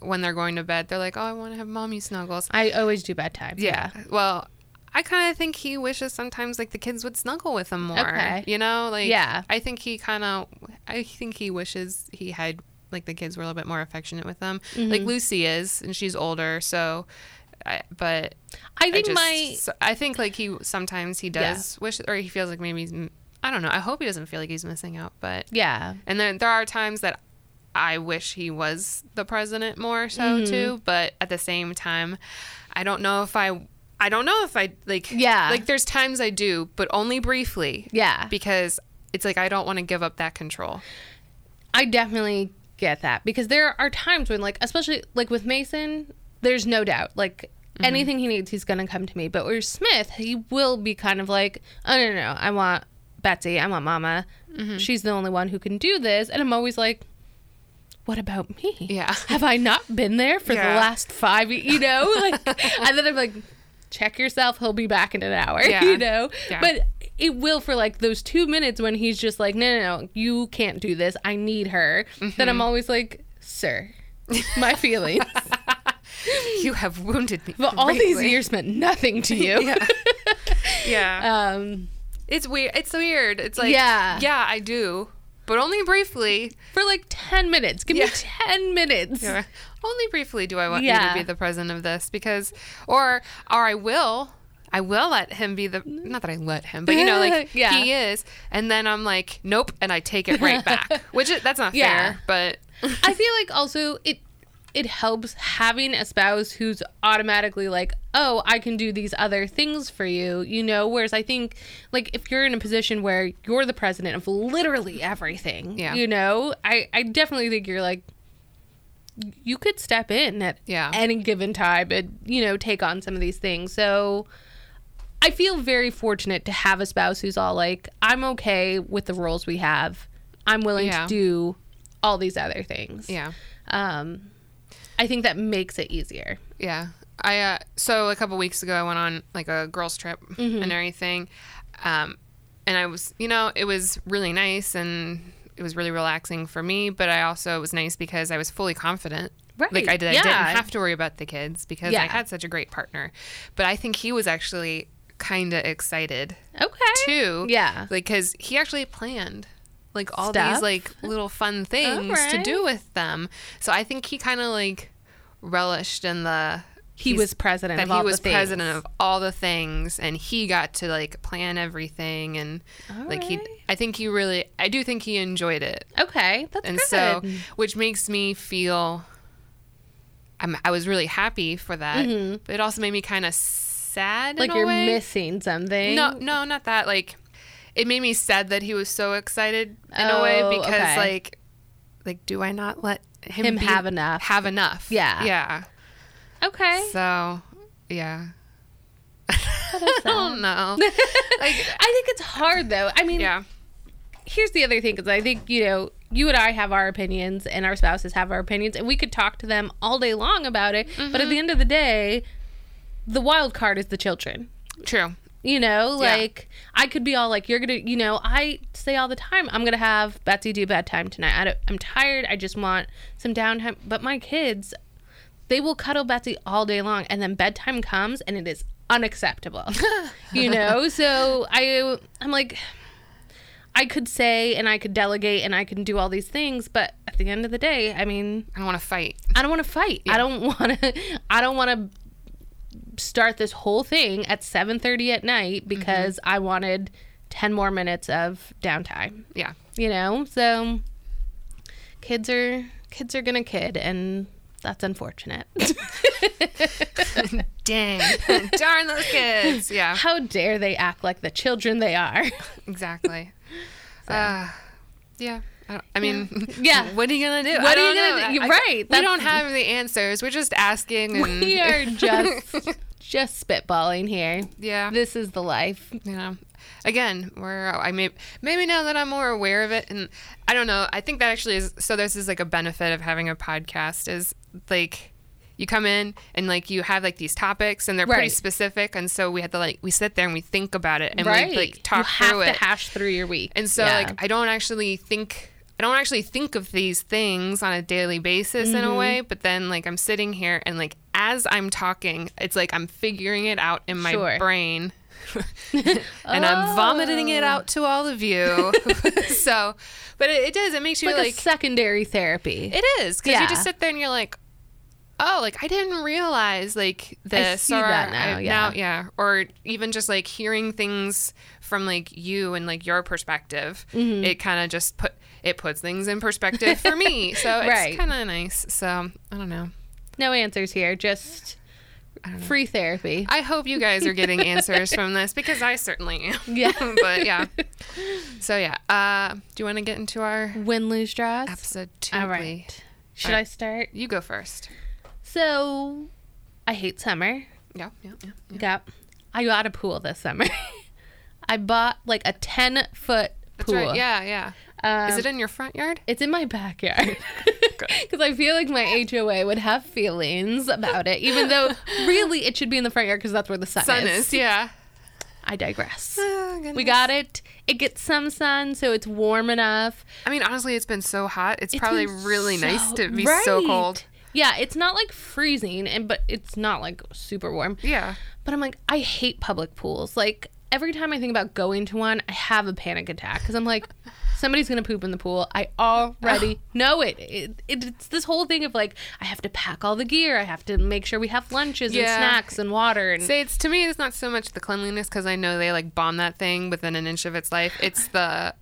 A: when they're going to bed, they're like, "Oh, I want to have mommy snuggles."
B: I always do bedtime.
A: Yeah. Well, I kind of think he wishes sometimes like the kids would snuggle with him more.
B: Okay.
A: You know, like
B: Yeah.
A: I think he kind of, I think he wishes he had like the kids were a little bit more affectionate with them.
B: Mm-hmm.
A: Like Lucy is, and she's older, so. I, but
B: I
A: I
B: think
A: just,
B: my
A: so- I think like he sometimes he does wish, or he feels like maybe he's m- I don't know. I hope he doesn't feel like he's missing out, but
B: Yeah.
A: and then there are times that I wish he was the president more so
B: Mm-hmm.
A: too, but at the same time, I don't know if I I don't know if I like
B: Yeah.
A: like there's times I do, but only briefly.
B: Yeah.
A: Because it's like I don't want to give up that control.
B: I definitely get that because there are times when, like, especially like with Mason, there's no doubt. Like,
A: Mm-hmm.
B: anything he needs, he's going to come to me. But with Smith, he will be kind of like, oh, no, no, no. I want Betsy. I want Mama.
A: Mm-hmm.
B: She's the only one who can do this. And I'm always like, what about me?
A: Yeah.
B: Have I not been there for
A: Yeah.
B: the last five, y- you know? Like, and then I'm like, check yourself. He'll be back in an hour,
A: Yeah.
B: you know?
A: Yeah.
B: But it will for like those two minutes when he's just like, no, no, no, you can't do this. I need her. Then
A: Mm-hmm.
B: I'm always like, sir, my feelings.
A: You have wounded me.
B: but all these
A: greatly.
B: years meant nothing to you.
A: Yeah. Yeah.
B: Um,
A: it's weird. It's weird. It's like
B: Yeah.
A: yeah, I do, but only briefly.
B: for like 10 minutes. Give
A: Yeah.
B: me 10 minutes.
A: Yeah. Only briefly do I want you
B: Yeah.
A: to be the president of this because, or or I will, I will let him be the. Not that I let him, but you know, like
B: Yeah.
A: he is, and then I'm like, nope, and I take it right back. Which is, that's not
B: Yeah.
A: fair, but
B: I feel like also it it helps having a spouse who's automatically like, "Oh, I can do these other things for you." You know, whereas I think like if you're in a position where you're the president of literally everything,
A: Yeah.
B: you know, I I definitely think you're like you could step in at
A: Yeah.
B: any given time and you know take on some of these things. So I feel very fortunate to have a spouse who's all like, I'm okay with the roles we have. I'm willing
A: Yeah.
B: to do all these other things.
A: yeah,
B: Um, I think that makes it easier.
A: yeah. I uh, so a couple weeks ago I went on like a girls trip
B: Mm-hmm.
A: and everything, um, and I was you know it was really nice and it was really relaxing for me, but I also it was nice because I was fully confident
B: Right.
A: Like I did, I
B: Yeah.
A: didn't have to worry about the kids because I
B: Yeah.
A: had such a great partner. But I think he was actually kind of excited
B: Okay.
A: too.
B: Yeah.
A: like because he actually planned like all these
B: Uh. Stuff?
A: like little fun things to
B: Alright.
A: do with them. So I think he kind of like relished in the
B: He
A: he's-
B: was president
A: that
B: of
A: he
B: all
A: was
B: the things.
A: president of all the things and he got to like plan everything and like he
B: Alright.
A: I think he really I do think he enjoyed it
B: Okay. That's
A: and
B: good.
A: so which makes me feel I'm, i was really happy for that but it also made me kind of sad
B: Mm-hmm. like
A: in a
B: you're
A: way.
B: missing something.
A: no no not that like it made me sad that he was so excited in a
B: Oh,
A: way because
B: okay.
A: like like do i not let him,
B: Him
A: be-
B: have enough.
A: have enough
B: Yeah.
A: yeah
B: Okay.
A: so yeah
B: is
A: i don't know
B: like I think it's hard though. I mean,
A: yeah
B: here's the other thing because I think you know you and I have our opinions and our spouses have our opinions and we could talk to them all day long about it but at the end of the day the wild card is the children
A: true
B: you know
A: Yeah.
B: like I could be all like you're gonna you know I say all the time I'm gonna have Betsy do bedtime tonight I don't, I'm tired I just want some downtime but my kids they will cuddle Betsy all day long and then bedtime comes and it is unacceptable you know so I I'm like I could say and I could delegate and I can do all these things, but at the end of the day, I mean,
A: i don't want to fight
B: I don't want to fight. I don't want to. I don't want to start this whole thing at seven thirty at night
A: Mm-hmm.
B: because I wanted ten more minutes of downtime.
A: yeah
B: You know, so kids are kids are gonna kid, and that's unfortunate.
A: dang darn those kids yeah
B: How dare they act like the children they are?
A: Exactly. Uh, yeah. I, don't- I mean,
B: Yeah.
A: What are you gonna do?
B: What
A: I
B: are
A: don't
B: you gonna
A: know.
B: do? You're
A: I- I-
B: right.
A: We
B: That's-
A: don't have the answers. We're just asking. And,
B: we are just just spitballing here.
A: Yeah.
B: This is the life.
A: you know, again, where I may maybe now that I'm more aware of it, and I don't know. I think that actually is. So this is like a benefit of having a podcast is like. You come in and like you have like these topics and they're pretty
B: Right.
A: specific and so we had to like we sit there and we think about it and
B: right.
A: we like talk
B: you have
A: through
B: to
A: it.
B: hash through your week.
A: And so
B: Yeah.
A: like I don't actually think I don't actually think of these things on a daily basis in a
B: Mm-hmm.
A: way, but then like I'm sitting here and like as I'm talking, it's like I'm figuring it out in my
B: Sure. Oh.
A: brain. and I'm vomiting it out to all of you. so, but it, it does. It makes you
B: like,
A: like,
B: a secondary therapy.
A: it is because you
B: Yeah.
A: just sit there and you're like, oh, like I didn't realize like this
B: see
A: or
B: that now,
A: I-
B: yeah.
A: yeah, or even just like hearing things from like you and like your perspective.
B: Mm-hmm.
A: It kind of just put it puts things in perspective for me. So it's
B: Right.
A: kind of nice. So I don't know.
B: No answers here, just free therapy.
A: I hope you guys are getting answers from this because I certainly am.
B: Yeah.
A: but yeah. So yeah. Uh, do you want to get into our
B: Win, lose, draws.
A: absolutely?
B: All right. Should
A: All
B: I start?
A: You go first.
B: So, I hate summer.
A: Yeah. Yeah. Yeah. yeah.
B: Yep. I got a pool this summer. I bought like a 10 foot
A: That's
B: pool.
A: right. Yeah. Yeah.
B: Um,
A: Is it in your front yard?
B: It's in my backyard. Because I feel like my HOA would have feelings about it, even though really it should be in the front yard because that's where the sun,
A: Sun
B: is. Oh,
A: is. Yeah.
B: I digress.
A: We
B: We got it. It gets some sun, so it's warm enough.
A: I mean, honestly, it's been so hot. It's,
B: It's
A: probably
B: been
A: really
B: so-
A: nice to be so
B: Right.
A: cold.
B: Yeah, it's not like freezing, and but it's not like super warm.
A: Yeah.
B: But I'm like, I hate public pools. Like every time I think about going to one, I have a panic attack because I'm like, somebody's gonna poop in the pool. I already know it. It, it. It's this whole thing of like, I have to pack all the gear. I have to make sure we have lunches
A: Yeah.
B: and snacks and water. And
A: Say it's to me. It's not so much the cleanliness because I know they like bomb that thing within an inch of its life. It's the,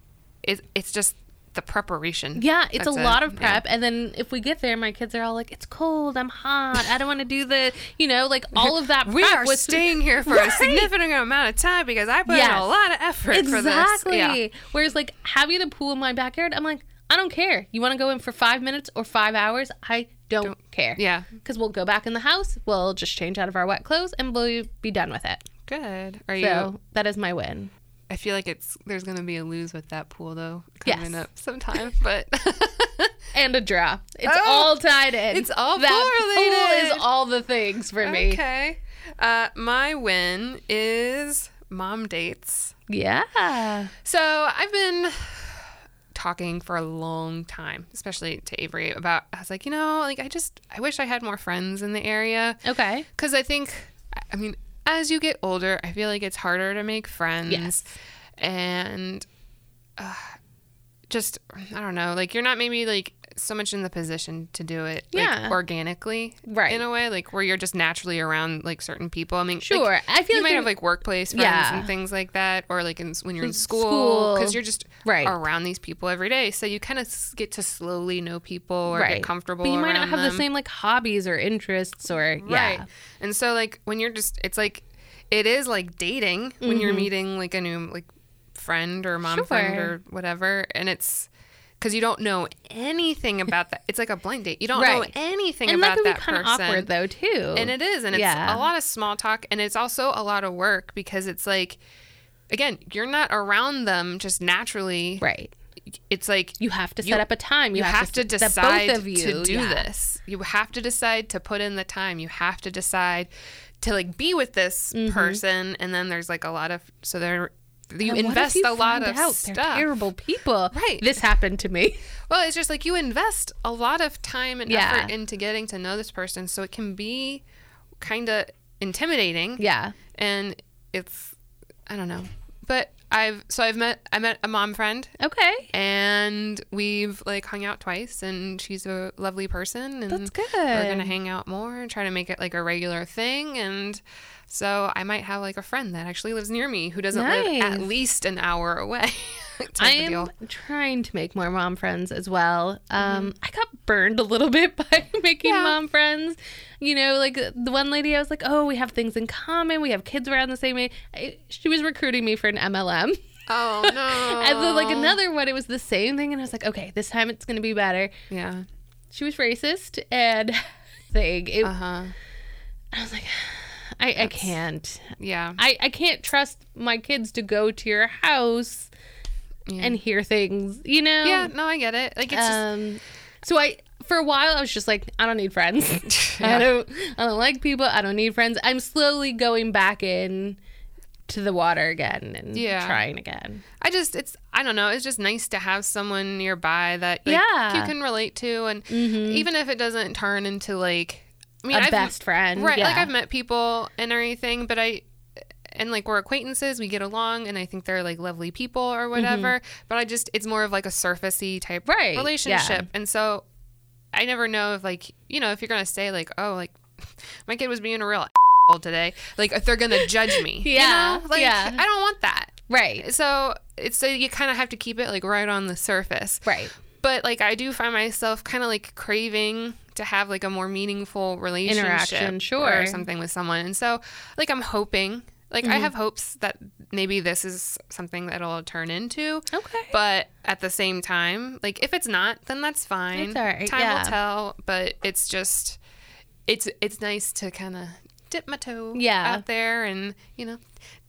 A: it's it's just the preparation.
B: yeah, it's a
A: That's it.
B: lot of
A: Yeah.
B: prep. And then if we get there, my kids are all like, it's cold. I'm hot. I don't want to do the, you know, like all of that.
A: We
B: prep
A: are
B: was-
A: staying here for a
B: Right.
A: significant amount of time because I put in
B: Yes.
A: a lot of effort for this.
B: exactly.
A: Yeah.
B: Whereas like having a pool in my backyard, I'm like, I don't care. You want to go in for five minutes or five hours? I don't, care.
A: yeah.
B: Because we'll go back in the house. We'll just change out of our wet clothes and we'll be done with it.
A: Good. Are
B: So
A: you?
B: that is my win.
A: I feel like it's there's gonna be a lose with that pool though coming
B: Yes.
A: up sometime, but
B: And a draw. It's
A: Oh,
B: all tied in.
A: it's all
B: that
A: correlated.
B: pool is all the things for me.
A: Okay. Uh, my win is mom dates.
B: Yeah.
A: So I've been talking for a long time, especially to Avery, about I was like, you know, like I just I wish I had more friends in the area
B: Okay.
A: because I think, I mean, as you get older, I feel like it's harder to make friends.
B: Yes.
A: And uh, just, I don't know, like you're not maybe like so much in the position to do it like,
B: Yeah.
A: organically
B: Right.
A: in a way like where you're just naturally around like certain people i mean like,
B: Sure. I feel
A: you
B: like
A: might
B: there-
A: have like workplace friends
B: Yeah.
A: and things like that or like in, when you're in
B: In
A: school because
B: school.
A: you're just
B: Right.
A: around these people every day so you kind of get to slowly know people or
B: right.
A: get comfortable
B: But you might not
A: around
B: have the
A: them.
B: same like hobbies or interests or
A: Right.
B: yeah.
A: And so like when you're just it's like it is like dating when you're meeting like a new like friend or mom friend
B: Mm-hmm. Sure.
A: or whatever and it's cuz you don't know anything about that. It's like a blind date. You don't know
B: Right.
A: anything
B: And that
A: about
B: can be
A: that
B: kind
A: person.
B: of awkward though too.
A: And it is and it's a
B: Yeah.
A: lot of small talk and it's also a lot of work because it's like again, you're not around them just naturally.
B: right.
A: It's like
B: You have to
A: You-
B: set up a time.
A: you have to
B: s- that
A: decide
B: both of you,
A: to do
B: yeah.
A: this. You have to decide to put in the time. You have to decide to like be with this person, and then there's like a lot of so there you
B: And Mm-hmm. what if
A: invest
B: you
A: a lot
B: find
A: of
B: out
A: stuff.
B: They're terrible people.
A: Right.
B: This happened to me.
A: Well, it's just like you invest a lot of time and
B: Yeah.
A: effort into getting to know this person, so it can be kind of intimidating.
B: Yeah.
A: and it's I don't know, but I've so I've met I met a mom friend
B: Okay.
A: and we've like hung out twice and she's a lovely person and
B: That's good.
A: we're gonna hang out more and try to make it like a regular thing and so i might have like a friend that actually lives near me who doesn't live at
B: Nice.
A: least an hour away type
B: I
A: of
B: am
A: deal.
B: trying to make more mom friends as well. Um, I got burned a little bit by making
A: Mm-hmm. Yeah.
B: mom friends. You know, like the one lady, I was like, "Oh, we have things in common. We have kids around the same age." I- She was recruiting me for an MLM.
A: oh no
B: And then,
A: Oh.
B: like another one, it was the same thing, and I was like, "Okay, this time it's gonna be better."
A: yeah
B: She was racist and thing. It,
A: uh-huh
B: I was like, I, I can't.
A: yeah
B: I, I can't trust my kids to go to your house
A: Yeah.
B: and hear things, you know?
A: yeah no i get it like it's just
B: Um, so I, for a while, I was just like, I don't need friends. I
A: Yeah.
B: don't, I don't like people. I don't need friends. I'm slowly going back in to the water again and
A: Yeah.
B: trying again.
A: I just it's I don't know. It's just nice to have someone nearby that like,
B: Yeah. Mm-hmm.
A: you can relate to, and even if it doesn't turn into like I mean
B: A
A: I've-
B: best friend,
A: right? Like
B: yeah.
A: I've met people and everything, but I and like we're acquaintances, we get along, and I think they're like lovely people
B: Mm-hmm.
A: or whatever. But I just it's more of like a surfacey type
B: Right, yeah.
A: relationship, and so I never know if like you know if you're gonna say like oh like my kid was being a real a**hole today like if they're gonna judge me you
B: Yeah,
A: know? like
B: yeah.
A: I don't want that
B: Right.
A: so it's so you kind of have to keep it like right on the surface
B: Right.
A: but like I do find myself kind of like craving to have like a more meaningful relationship
B: Interaction,
A: or
B: sure. Mm-hmm.
A: something with someone. And so like I'm hoping like I have hopes that maybe this is something that'll turn into.
B: Okay.
A: But at the same time, like if it's not, then that's fine.
B: It's all right,
A: Time
B: yeah.
A: will tell, but it's just it's it's nice to kind of dip my toe
B: Yeah.
A: out there and, you know,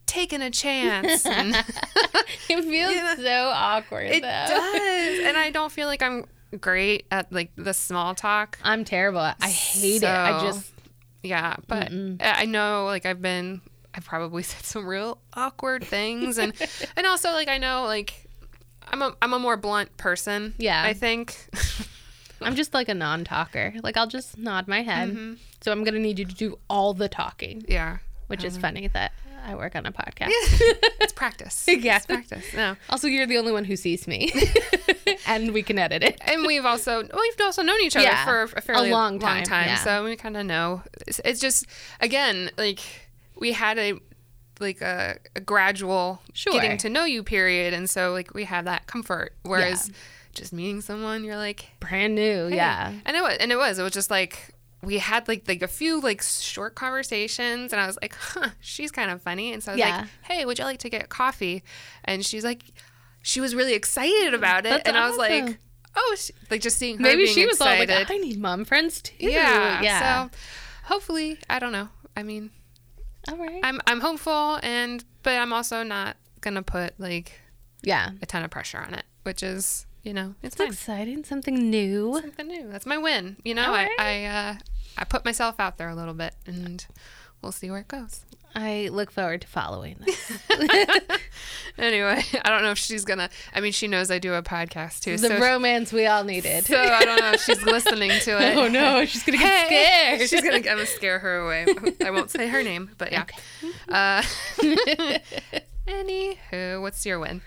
A: taking a chance and
B: It feels
A: Yeah.
B: so awkward
A: It
B: though.
A: does. And I don't feel like I'm great at like the small talk.
B: I'm terrible. I hate it. I
A: So-
B: just
A: Yeah, but I I know like I've been I probably said some real awkward things and and also like I know like I'm a I'm a more blunt person.
B: Yeah.
A: I think.
B: I'm just like a non-talker. Like I'll just nod my head.
A: Mm-hmm.
B: So I'm gonna need you to do all the talking,
A: yeah.
B: which
A: Uh-huh.
B: is funny that I work on a podcast.
A: It's practice.
B: Yeah.
A: It's practice. No.
B: also, you're the only one who sees me, and we can edit it.
A: And we've also well, we've also known each other
B: Yeah.
A: for a fairly
B: A long time, yeah.
A: so we kind of know. It's, it's just again like we had a like a, a gradual
B: Sure.
A: getting to know you period, and so like we have that comfort. Whereas just meeting someone, you're like,
B: Brand new,
A: hey.
B: yeah.
A: and it was and it was it was just like we had like like a few like short conversations, and I was like, huh, she's kind of funny, and so I was
B: Yeah.
A: like, hey, would you like to get coffee? And she's like, she was really excited about it,
B: That's
A: and I was
B: awesome.
A: like. Oh, she, like just seeing her
B: Maybe
A: being
B: she was
A: excited.
B: all like, "I need mom friends too."
A: yeah,
B: yeah.
A: So hopefully, I don't know. I mean,
B: all right.
A: I'm I'm hopeful, and but I'm also not gonna put like
B: yeah,
A: a ton of pressure on it, which is you know it's
B: it's
A: fine.
B: exciting. Something new.
A: something new. That's my win. You know,
B: All
A: I
B: right.
A: I uh, I put myself out there a little bit, and we'll see where it goes.
B: I look forward to following this.
A: Anyway, I don't know if she's gonna. I mean, she knows I do a podcast too,
B: the
A: so
B: romance we all needed.
A: so I don't know if she's listening to it.
B: oh no, she's gonna get
A: Hey!
B: scared.
A: She's gonna. I'm gonna scare her away. I won't say her name, but yeah. Uh, anywho, what's your win?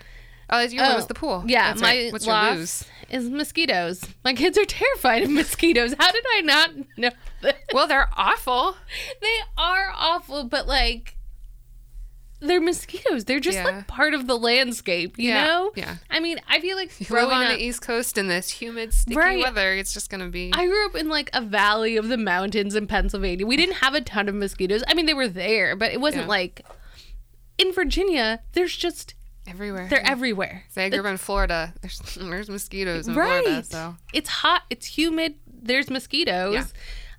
A: Oh, your win was
B: Oh,
A: the pool.
B: Yeah,
A: That's
B: my
A: right. what's
B: loss
A: your lose?
B: is mosquitoes. My kids are terrified of mosquitoes. How did I not know? This?
A: Well, they're awful.
B: They are awful, but like they're mosquitoes. They're just
A: Yeah.
B: like part of the landscape, you
A: Yeah,
B: know?
A: yeah.
B: I mean, I feel like
A: You live
B: growing
A: on the
B: up,
A: e- East Coast in this humid, sticky
B: Right.
A: weather. It's just gonna be.
B: I grew up in like a valley of the mountains in Pennsylvania. We didn't have a ton of mosquitoes. I mean, they were there, but it wasn't
A: Yeah.
B: like in Virginia, there's just
A: everywhere.
B: they're everywhere.
A: Say I grew up in Florida. There's, there's mosquitoes in Florida,
B: right.
A: so
B: It's hot, it's humid, there's mosquitoes.
A: Yeah.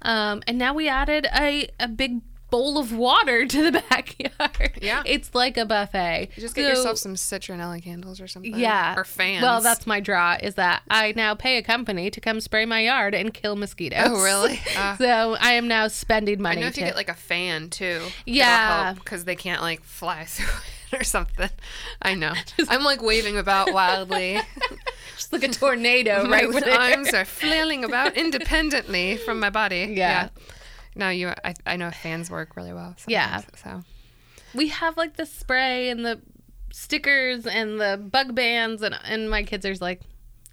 B: Um, and now we added a, a big bowl of water to the backyard.
A: Yeah.
B: It's like a buffet.
A: you just get
B: So-
A: yourself some citronella candles or something.
B: Yeah.
A: or fans.
B: Well, that's my draw is that I now pay a company to come spray my yard and kill mosquitoes.
A: Oh, really? Ah.
B: so I am now spending
A: I
B: money
A: know if
B: to
A: you get like a fan too.
B: Yeah.
A: Because they can't like fly through it or something. I know. I'm like waving about wildly.
B: just like a tornado
A: my
B: right with
A: arms are flailing about independently from my body.
B: Yeah.
A: No, you. I, I know fans work really well.
B: Yeah.
A: sometimes, So
B: We have like the spray and the stickers and the bug bands and and my kids are just like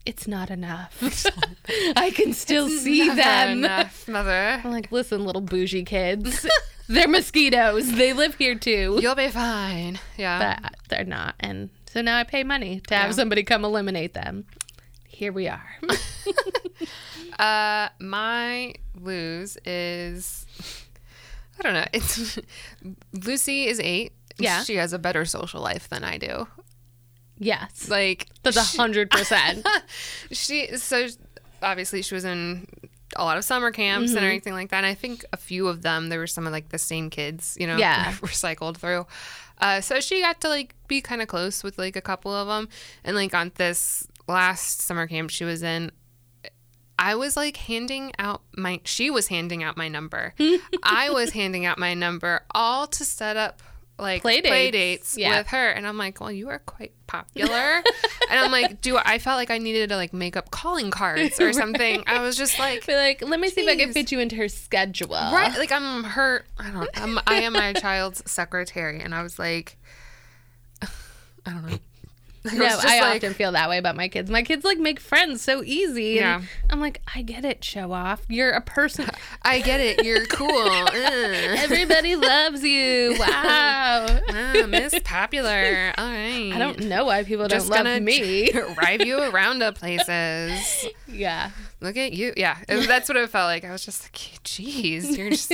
B: it's not enough. I can still see
A: Never
B: them.
A: enough, mother.
B: I'm like, listen, little bougie kids. they're mosquitoes. They live here too.
A: You'll be fine. Yeah.
B: but they're not. And so now I pay money to have
A: Yeah.
B: somebody come eliminate them. Here we are.
A: Uh, my lose is I don't know. It's Lucy is eight.
B: Yeah.
A: she has a better social life than I do.
B: yes.
A: Like
B: That's a
A: she-
B: hundred percent.
A: she so obviously she was in a lot of summer camps
B: Mm-hmm.
A: and everything like that. And I think a few of them there were some of like the same kids, you know,
B: Yeah.
A: were cycled through. Uh, so she got to like be kind of close with like a couple of them, and like on this last summer camp she was in. I was like handing out my she was handing out my number. I was handing out my number all to set up like
B: Play
A: play
B: dates.
A: dates,
B: Yeah.
A: with her and i'm like well you are quite popular and i'm like do i felt like i needed to like make up calling cards or something i was just like
B: Be like, let me see if I can
A: Jeez.
B: fit you into her schedule.
A: right like i'm her i don't I'm, i am my child's secretary and i was like i don't know Like, it
B: No,
A: was just
B: I
A: like,
B: often feel that way about my kids. My kids like make friends so easy. and
A: Yeah.
B: I'm like, I get it, show off. You're a person.
A: I get it. You're cool. Uh,
B: Everybody loves you. Wow.
A: uh, Miss Popular. All right.
B: I don't know why people
A: Just
B: don't
A: gonna
B: love me.
A: drive you around to places.
B: yeah.
A: Look at you. Yeah. It- That's what it felt like. I was just like, geez, you're just.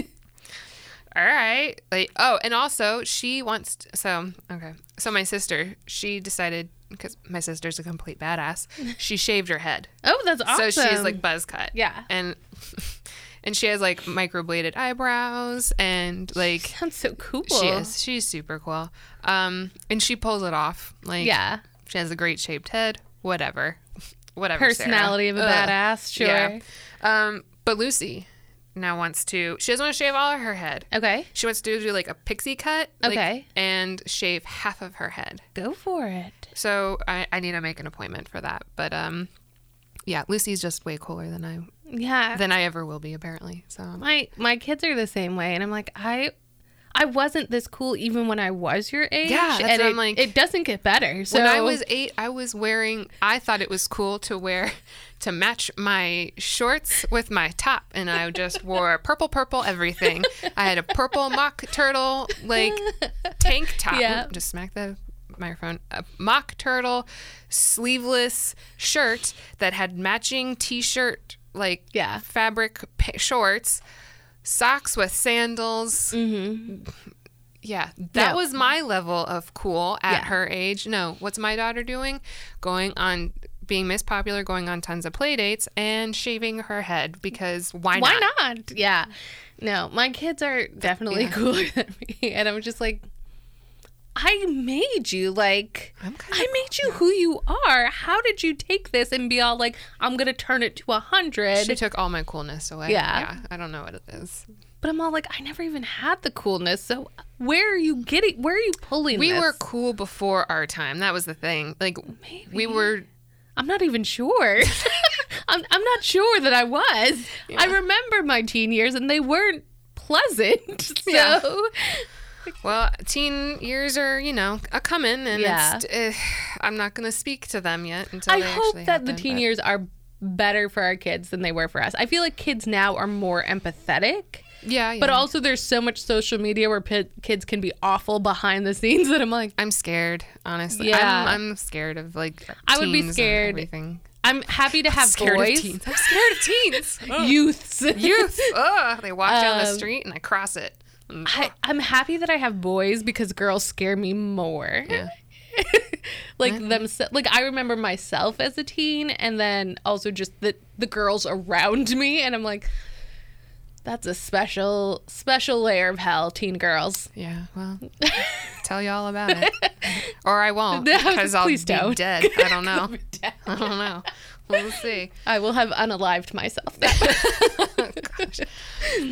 A: All right. Like, oh, and also she wants. t- so, okay. So my sister, she decided, because my sister's a complete badass, she shaved her head.
B: Oh, that's awesome.
A: So she's like buzz cut.
B: Yeah.
A: And. And she has like microbladed eyebrows and like
B: sounds so cool.
A: She is. She's super cool. Um, and she pulls it off. Like,
B: Yeah.
A: she has a great shaped head. Whatever, whatever. Sarah.
B: Personality of a
A: Ugh.
B: badass. Sure.
A: Yeah. Um, but Lucy now wants to. She doesn't want to shave all of her head.
B: Okay.
A: She wants to do like a pixie cut. like,
B: Okay.
A: and shave half of her head.
B: Go for it.
A: So I, I need to make an appointment for that. But um, yeah, Lucy's just way cooler than I
B: Yeah.
A: than I ever will be apparently. So
B: my my kids are the same way and i'm like i i wasn't this cool even when i was your age
A: Yeah, that's
B: and
A: what
B: it,
A: I'm like-
B: it doesn't get better so
A: when I was eight, I was wearing. I thought it was cool to wear to match my shorts with my top, and I just wore purple, purple everything. I had a purple mock turtle like tank top.
B: Yeah.
A: Just smack the microphone. A mock turtle sleeveless shirt that had matching t-shirt like
B: Yeah.
A: fabric pa- shorts. Socks with sandals, yeah, that
B: No.
A: was my level of cool at
B: Yeah.
A: her age. No, what's my daughter doing? Going on being Miss Popular, going on tons of play dates, and shaving her head because why,
B: why
A: not?
B: not? yeah no my kids are definitely cooler than me and i'm just like i made you like
A: I'm kinda-
B: i made you who you are how did you take this and be all like i'm gonna turn it to a
A: She
B: hundred
A: took all my coolness away.
B: Yeah.
A: I don't know what it is.
B: but i'm all like i never even had the coolness so where are you getting where are you pulling
A: We
B: this?
A: were cool before our time. That was the thing. Like we were
B: I'm not even sure. I'm, I'm not sure that I was. I remember my teen years and they weren't pleasant. So,
A: Yeah. well, teen years are, you know, a coming and it's, uh, I'm not going to speak to them yet until
B: I
A: they
B: hope
A: actually
B: that the
A: happen,
B: teen
A: but-
B: years are better for our kids than they were for us. I feel like kids now are more empathetic.
A: Yeah, yeah.
B: But also, there's so much social media where pit, kids can be awful behind the scenes that I'm like,
A: I'm scared, honestly.
B: Yeah.
A: I'm, I'm scared of like.
B: I would be
A: teens and
B: scared.
A: Everything.
B: I'm happy to have
A: Scared of
B: boys,
A: teens. I'm scared of teens.
B: youths,
A: Youth. Ugh. They walk down the
B: Um,
A: street and I cross it.
B: I, I'm happy that I have boys because girls scare me more.
A: Yeah.
B: like them, like I remember myself as a teen, and then also just the the girls around me, and I'm like, that's a special special layer of hell, teen girls.
A: Yeah. Well, tell you all about it, or I won't
B: No,
A: because I'll be
B: please don't.
A: dead. I don't know. I don't know. We'll see.
B: I will have unalived myself. That-
A: Gosh.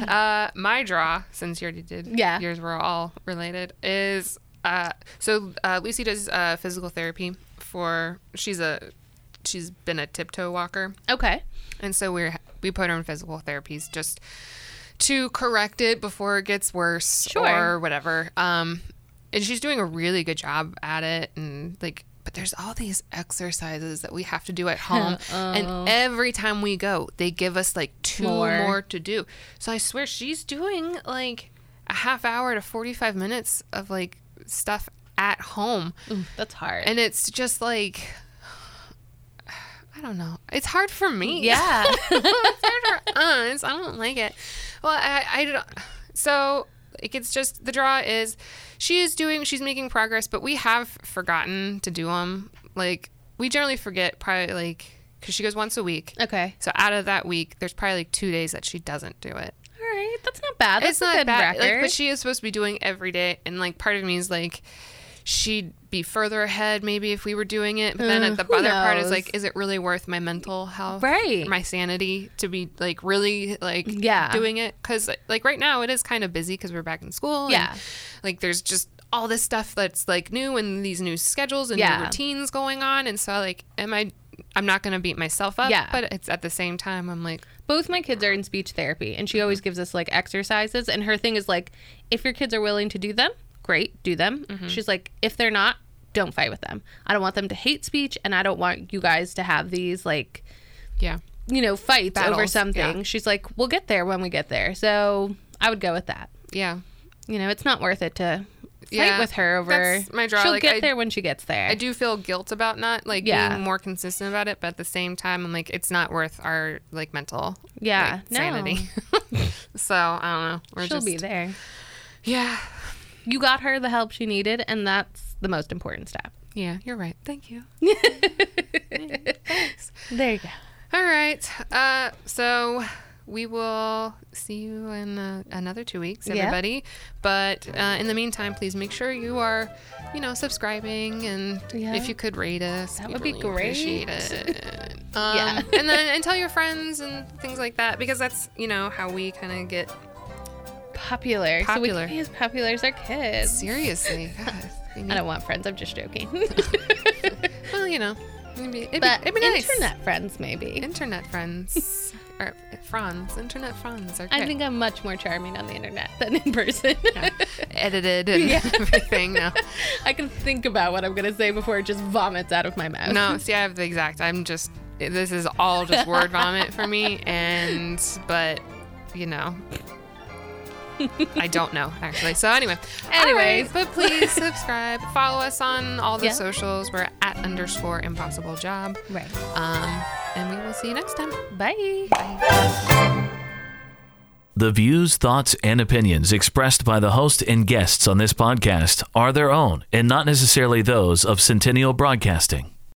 A: Uh, my draw, since you already did,
B: Yeah.
A: yours were all related. Is uh, so uh, Lucy does uh, physical therapy for she's a she's been a tiptoe walker.
B: okay.
A: And so we're we put her in physical therapies just to correct it before it gets worse
B: Sure.
A: or whatever. Um, and she's doing a really good job at it, and like. But there's all these exercises that we have to do at home, and every time we go, they give us like two
B: More.
A: more to do. So I swear she's doing like a half hour to 45 minutes of like stuff at home.
B: Ooh, that's hard.
A: And it's just like, I don't know. It's hard for me.
B: yeah.
A: it's hard for us. I don't like it. Well, I, I don't. So like, it's just the draw is she is doing, she's making progress, but we have forgotten to do them. Like, we generally forget probably like, because she goes once a week.
B: okay.
A: So out of that week, there's probably like two days that she doesn't do it
B: All right. That's not bad. That's
A: it's
B: a
A: not
B: good
A: bad. Like,
B: record.
A: but she is supposed to be doing every day, and like part of me is like, she'd be further ahead maybe if we were doing it. But then
B: Uh,
A: at the
B: who
A: other part is
B: knows?
A: like, is it really worth my mental health,
B: Right.
A: My sanity to be like really like
B: Yeah.
A: doing it because like right now it is kind of busy because we're back in school. and,
B: Yeah.
A: like there's just all this stuff that's like new and these new schedules and
B: Yeah.
A: new routines going on, and so like, am I? I'm not gonna beat myself up.
B: Yeah.
A: But it's at the same time I'm like,
B: both my kids are in speech therapy and she always gives us like exercises
A: Mm-hmm.
B: and her thing is like if your kids are willing to do them great do them she's like if they're not don't fight with them. I don't want them to hate speech, and I don't want you guys to have these like
A: Yeah.
B: you know fights over
A: Battles,
B: something.
A: yeah.
B: She's like, we'll get there when we get there. So I would go with that.
A: Yeah.
B: You know, it's not worth it to fight
A: Yeah,
B: with her over.
A: that's my draw.
B: She'll
A: Like,
B: get
A: I-
B: there when she gets there.
A: I do feel guilt about not like
B: Yeah.
A: being more consistent about it, but at the same time, I'm like, it's not worth our like mental
B: Yeah,
A: like,
B: no.
A: sanity. so I don't know. We're
B: She'll
A: just,
B: be there.
A: Yeah,
B: You got her the help she needed, and that's the most important step.
A: yeah, you're right. Thank you.
B: There you go.
A: All right. Uh, so we will see you in uh, another two weeks,
B: Yeah.
A: everybody. But uh, in the meantime, please make sure you are, you know, subscribing and
B: Yeah.
A: if you could rate us,
B: That
A: we'd
B: would be
A: really
B: great.
A: Appreciate it. um,
B: Yeah.
A: and then and tell your friends and things like that because that's you know how we kind of get
B: Popular. So we
A: Popular.
B: can be as popular as our kids.
A: seriously. God, we
B: I
A: need,
B: don't want friends. I'm just joking.
A: well, you know, it'd be, it'd be,
B: but
A: it'd be nice.
B: internet friends, maybe.
A: Internet friends or friends, internet friends. are
B: I
A: good.
B: think I'm much more charming on the internet than in person.
A: edited and
B: Yeah.
A: everything now.
B: I can think about what I'm gonna say before it just vomits out of my mouth.
A: No, see, I have the exact. I'm just. This is all just word vomit for me, and but you know, I don't know actually. So anyway,
B: Anyways.
A: All right, but please subscribe, follow us on all the
B: Yeah.
A: socials. We're at underscore impossible job,
B: Right.
A: um, and we will see you next time.
B: Bye.
C: The views, thoughts, and opinions expressed by the host and guests on this podcast are their own and not necessarily those of Centennial Broadcasting.